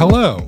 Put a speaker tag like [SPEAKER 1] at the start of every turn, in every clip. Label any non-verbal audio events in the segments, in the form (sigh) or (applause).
[SPEAKER 1] Hello.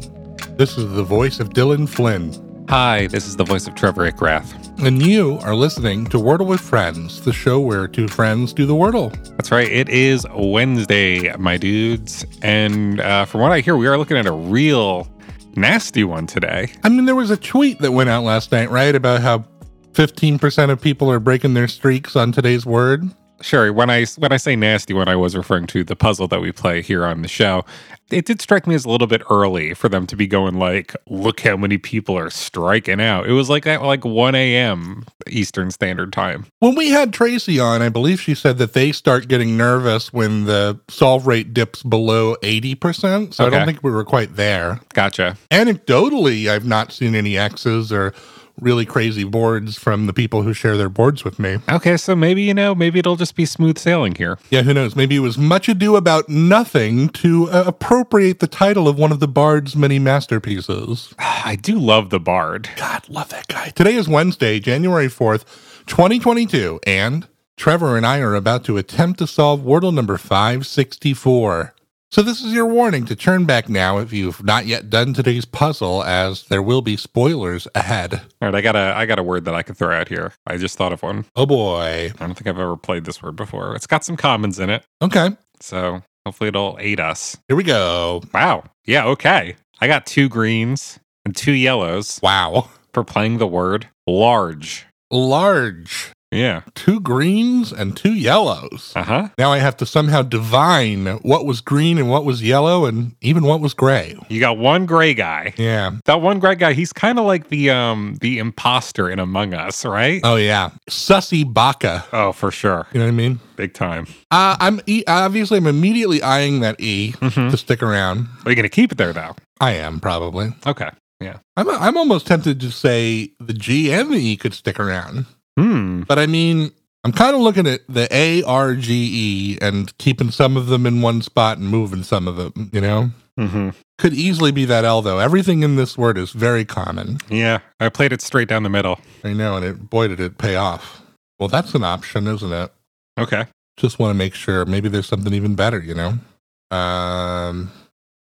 [SPEAKER 1] This is the voice of Dylan Flynn,
[SPEAKER 2] Hi, this is the voice of Trevor Ickrath.
[SPEAKER 1] and you are listening to Wordle with Friends, the show where two friends do the Wordle.
[SPEAKER 2] That's right, it is Wednesday, my dudes. And uh, from what I hear, we are looking at a real nasty one today.
[SPEAKER 1] I mean, there was a tweet that went out last night, right, about how 15% of people are breaking their streaks on today's word.
[SPEAKER 2] Sure, when I when I say nasty one, I was referring to the puzzle that we play here on the show. It did strike me as a little bit early for them to be going like, "Look how many people are striking out." It was like that, like 1 a.m. Eastern Standard Time.
[SPEAKER 1] When we had Tracy on, I believe she said that they start getting nervous when the solve rate dips below 80%. So I don't
[SPEAKER 2] Okay.
[SPEAKER 1] think we were quite there.
[SPEAKER 2] Gotcha.
[SPEAKER 1] Anecdotally, I've not seen any X's or really crazy boards from the people who share their boards with me.
[SPEAKER 2] Okay, so maybe you know, maybe it'll just be smooth sailing here. (sighs)
[SPEAKER 1] Yeah, who knows? Maybe it was much ado about nothing to uh, appropriate the title of one of the Bard's many masterpieces.
[SPEAKER 2] I do love the Bard.
[SPEAKER 1] God, love that guy. Today is Wednesday, January 4th, 2022, and Trevor and I are about to attempt to solve Wordle number 564. So, this is your warning to turn back now if you've not yet done today's puzzle, as there will be spoilers ahead.
[SPEAKER 2] All right, I got a I got a word that I could throw out here. I just thought of one.
[SPEAKER 1] Oh boy.
[SPEAKER 2] I don't think I've ever played this word before. It's got some commons in it,
[SPEAKER 1] Okay,
[SPEAKER 2] so hopefully it'll aid us.
[SPEAKER 1] here we go.
[SPEAKER 2] Wow. Yeah. Okay. I got two greens and two yellows
[SPEAKER 1] Wow.
[SPEAKER 2] for playing the word large.
[SPEAKER 1] Large.
[SPEAKER 2] Yeah.
[SPEAKER 1] Two greens and two yellows.
[SPEAKER 2] Uh huh.
[SPEAKER 1] Now I have to somehow divine what was green and what was yellow and even what was gray.
[SPEAKER 2] You got one gray guy.
[SPEAKER 1] Yeah.
[SPEAKER 2] That one gray guy. He's kind of like the um the imposter in Among Us, right?
[SPEAKER 1] Oh, yeah. Sussy Baca.
[SPEAKER 2] Oh, for sure.
[SPEAKER 1] You know what I mean?
[SPEAKER 2] Big time.
[SPEAKER 1] Uh, I'm e- obviously I'm immediately eyeing that E
[SPEAKER 2] Mhm.
[SPEAKER 1] to stick around.
[SPEAKER 2] Are you gonna keep it there though?
[SPEAKER 1] I am probably.
[SPEAKER 2] Okay.
[SPEAKER 1] I'm I'm almost tempted to say the G and the E could stick around,
[SPEAKER 2] Hmm.
[SPEAKER 1] but I mean I'm kind of looking at the A R G E and keeping some of them in one spot and moving some of them. You know,
[SPEAKER 2] Mm-hmm.
[SPEAKER 1] could easily be that L though. Everything in this word is very common.
[SPEAKER 2] Yeah. I played it straight down the middle.
[SPEAKER 1] I know, and it boy did it pay off. Well, that's an option, isn't it?
[SPEAKER 2] Okay.
[SPEAKER 1] just want to make sure maybe there's something even better you know um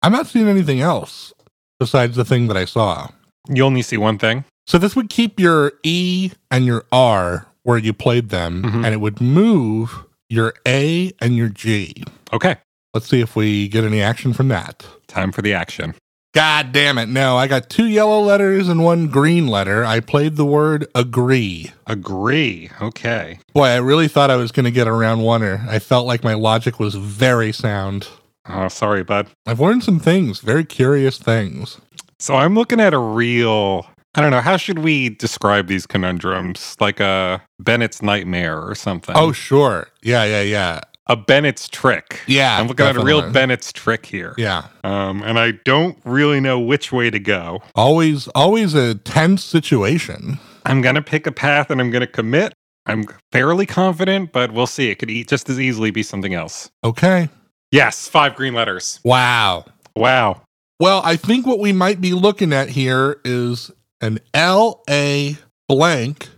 [SPEAKER 1] i'm not seeing anything else besides the thing that i saw
[SPEAKER 2] You only see one thing.
[SPEAKER 1] so this would keep your e and your r where you played them
[SPEAKER 2] Mhm.
[SPEAKER 1] and it would move your a and your g
[SPEAKER 2] Okay.
[SPEAKER 1] let's see if we get any action from that
[SPEAKER 2] Time for the action.
[SPEAKER 1] god damn it no i got two yellow letters and one green letter i played the word agree
[SPEAKER 2] Agree. Okay.
[SPEAKER 1] boy i really thought i was going to get around one or i felt like my logic was very sound
[SPEAKER 2] Oh, sorry, bud.
[SPEAKER 1] I've learned some things, very curious things.
[SPEAKER 2] So I'm looking at a real. I don't know. How should we describe these conundrums? Like a Bennett's nightmare or something.
[SPEAKER 1] oh, sure. Yeah, yeah, yeah.
[SPEAKER 2] a Bennett's trick.
[SPEAKER 1] Yeah.
[SPEAKER 2] I'm looking at a real
[SPEAKER 1] definitely.
[SPEAKER 2] Bennett's trick here.
[SPEAKER 1] Yeah.
[SPEAKER 2] Um, and I don't really know which way to go.
[SPEAKER 1] Always always a tense situation.
[SPEAKER 2] I'm going to pick a path and I'm going to commit. I'm fairly confident, but we'll see. It could e- just as easily be something else.
[SPEAKER 1] Okay.
[SPEAKER 2] Yes, five green letters.
[SPEAKER 1] Wow.
[SPEAKER 2] Wow.
[SPEAKER 1] Well, I think what we might be looking at here is an L A blank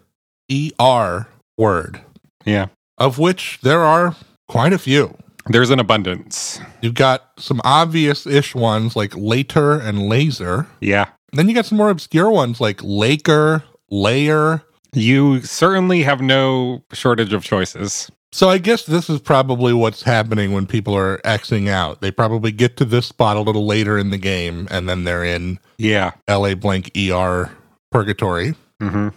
[SPEAKER 1] E R word.
[SPEAKER 2] Yeah.
[SPEAKER 1] Of which there are quite a few.
[SPEAKER 2] There's an abundance.
[SPEAKER 1] You've got some obvious ish ones like later and laser.
[SPEAKER 2] Yeah.
[SPEAKER 1] Then you got some more obscure ones like Laker, Layer,
[SPEAKER 2] You certainly have no shortage of choices.
[SPEAKER 1] So I guess this is probably what's happening when people are Xing out. They probably get to this spot a little later in the game, and then they're in
[SPEAKER 2] Yeah.
[SPEAKER 1] LA blank ER purgatory.
[SPEAKER 2] hmm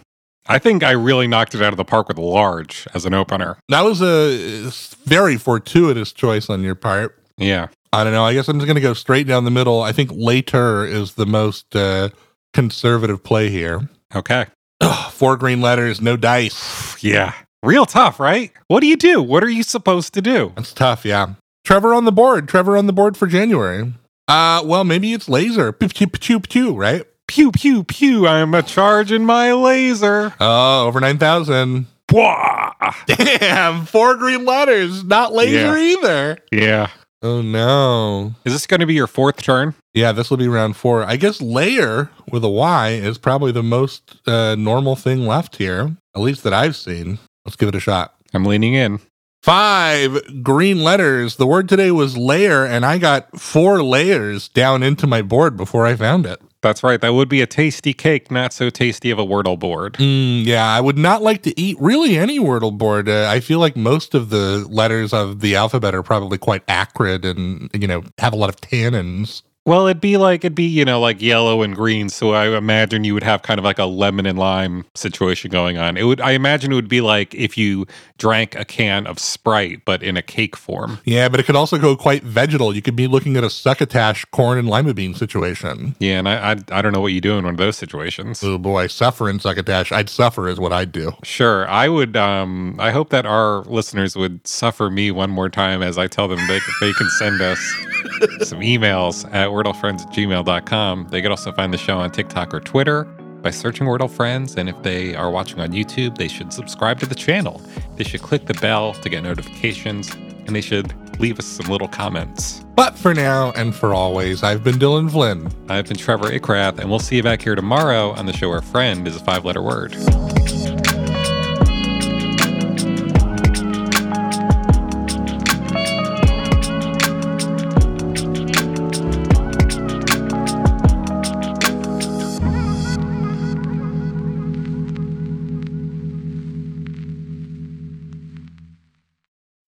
[SPEAKER 2] I think I really knocked it out of the park with large as an opener.
[SPEAKER 1] That was a very fortuitous choice on your part.
[SPEAKER 2] Yeah.
[SPEAKER 1] I don't know. I guess I'm just going to go straight down the middle. I think later is the most uh, conservative play here. (sighs)
[SPEAKER 2] Okay.
[SPEAKER 1] Ugh, four green letters, no dice.
[SPEAKER 2] Yeah. Real tough, right? What do you do? What are you supposed to do?
[SPEAKER 1] That's tough, yeah. Trevor on the board. Trevor on the board for January. Uh, well, maybe it's laser. Pew, pew, pew, pew, right?
[SPEAKER 2] Pew, pew, pew. I'm a charging my laser.
[SPEAKER 1] Oh, over 9,000.
[SPEAKER 2] Bwah.
[SPEAKER 1] (laughs) Damn, four green letters, not laser either.
[SPEAKER 2] Yeah.
[SPEAKER 1] Oh, no.
[SPEAKER 2] Is this going to be your fourth turn?
[SPEAKER 1] Yeah, this will be round four. I guess layer with a Y is probably the most uh, normal thing left here, at least that I've seen. Let's give it a shot.
[SPEAKER 2] I'm leaning in.
[SPEAKER 1] Five green letters. The word today was layer, and I got four layers down into my board before I found it.
[SPEAKER 2] That's right. That would be a tasty cake, not so tasty of a Wordle board.
[SPEAKER 1] Mm, yeah, I would not like to eat really any Wordle board. Uh, I feel like most of the letters of the alphabet are probably quite acrid and, you know, have a lot of tannins.
[SPEAKER 2] Well, it'd be like it'd be you know like yellow and green, so I imagine you would have kind of like a lemon and lime situation going on. It would I imagine it would be like if you drank a can of Sprite but in a cake form.
[SPEAKER 1] Yeah, but it could also go quite vegetal. You could be looking at a succotash corn and lima bean situation.
[SPEAKER 2] Yeah, and I I, I don't know what you do in one of those situations.
[SPEAKER 1] Oh boy, suffering succotash. I'd suffer is what I'd do.
[SPEAKER 2] Sure, I would. Um, I hope that our listeners would suffer me one more time as I tell them they they can send us some emails at wordlefriends at gmail.com. They could also find the show on TikTok or Twitter by searching Wordle Friends. And if they are watching on YouTube, they should subscribe to the channel. They should click the bell to get notifications, and they should leave us some little comments.
[SPEAKER 1] But for now and for always, I've been Dylan Flynn.
[SPEAKER 2] I've been Trevor Ickrath, and we'll see you back here tomorrow on the show where friend is a five letter word.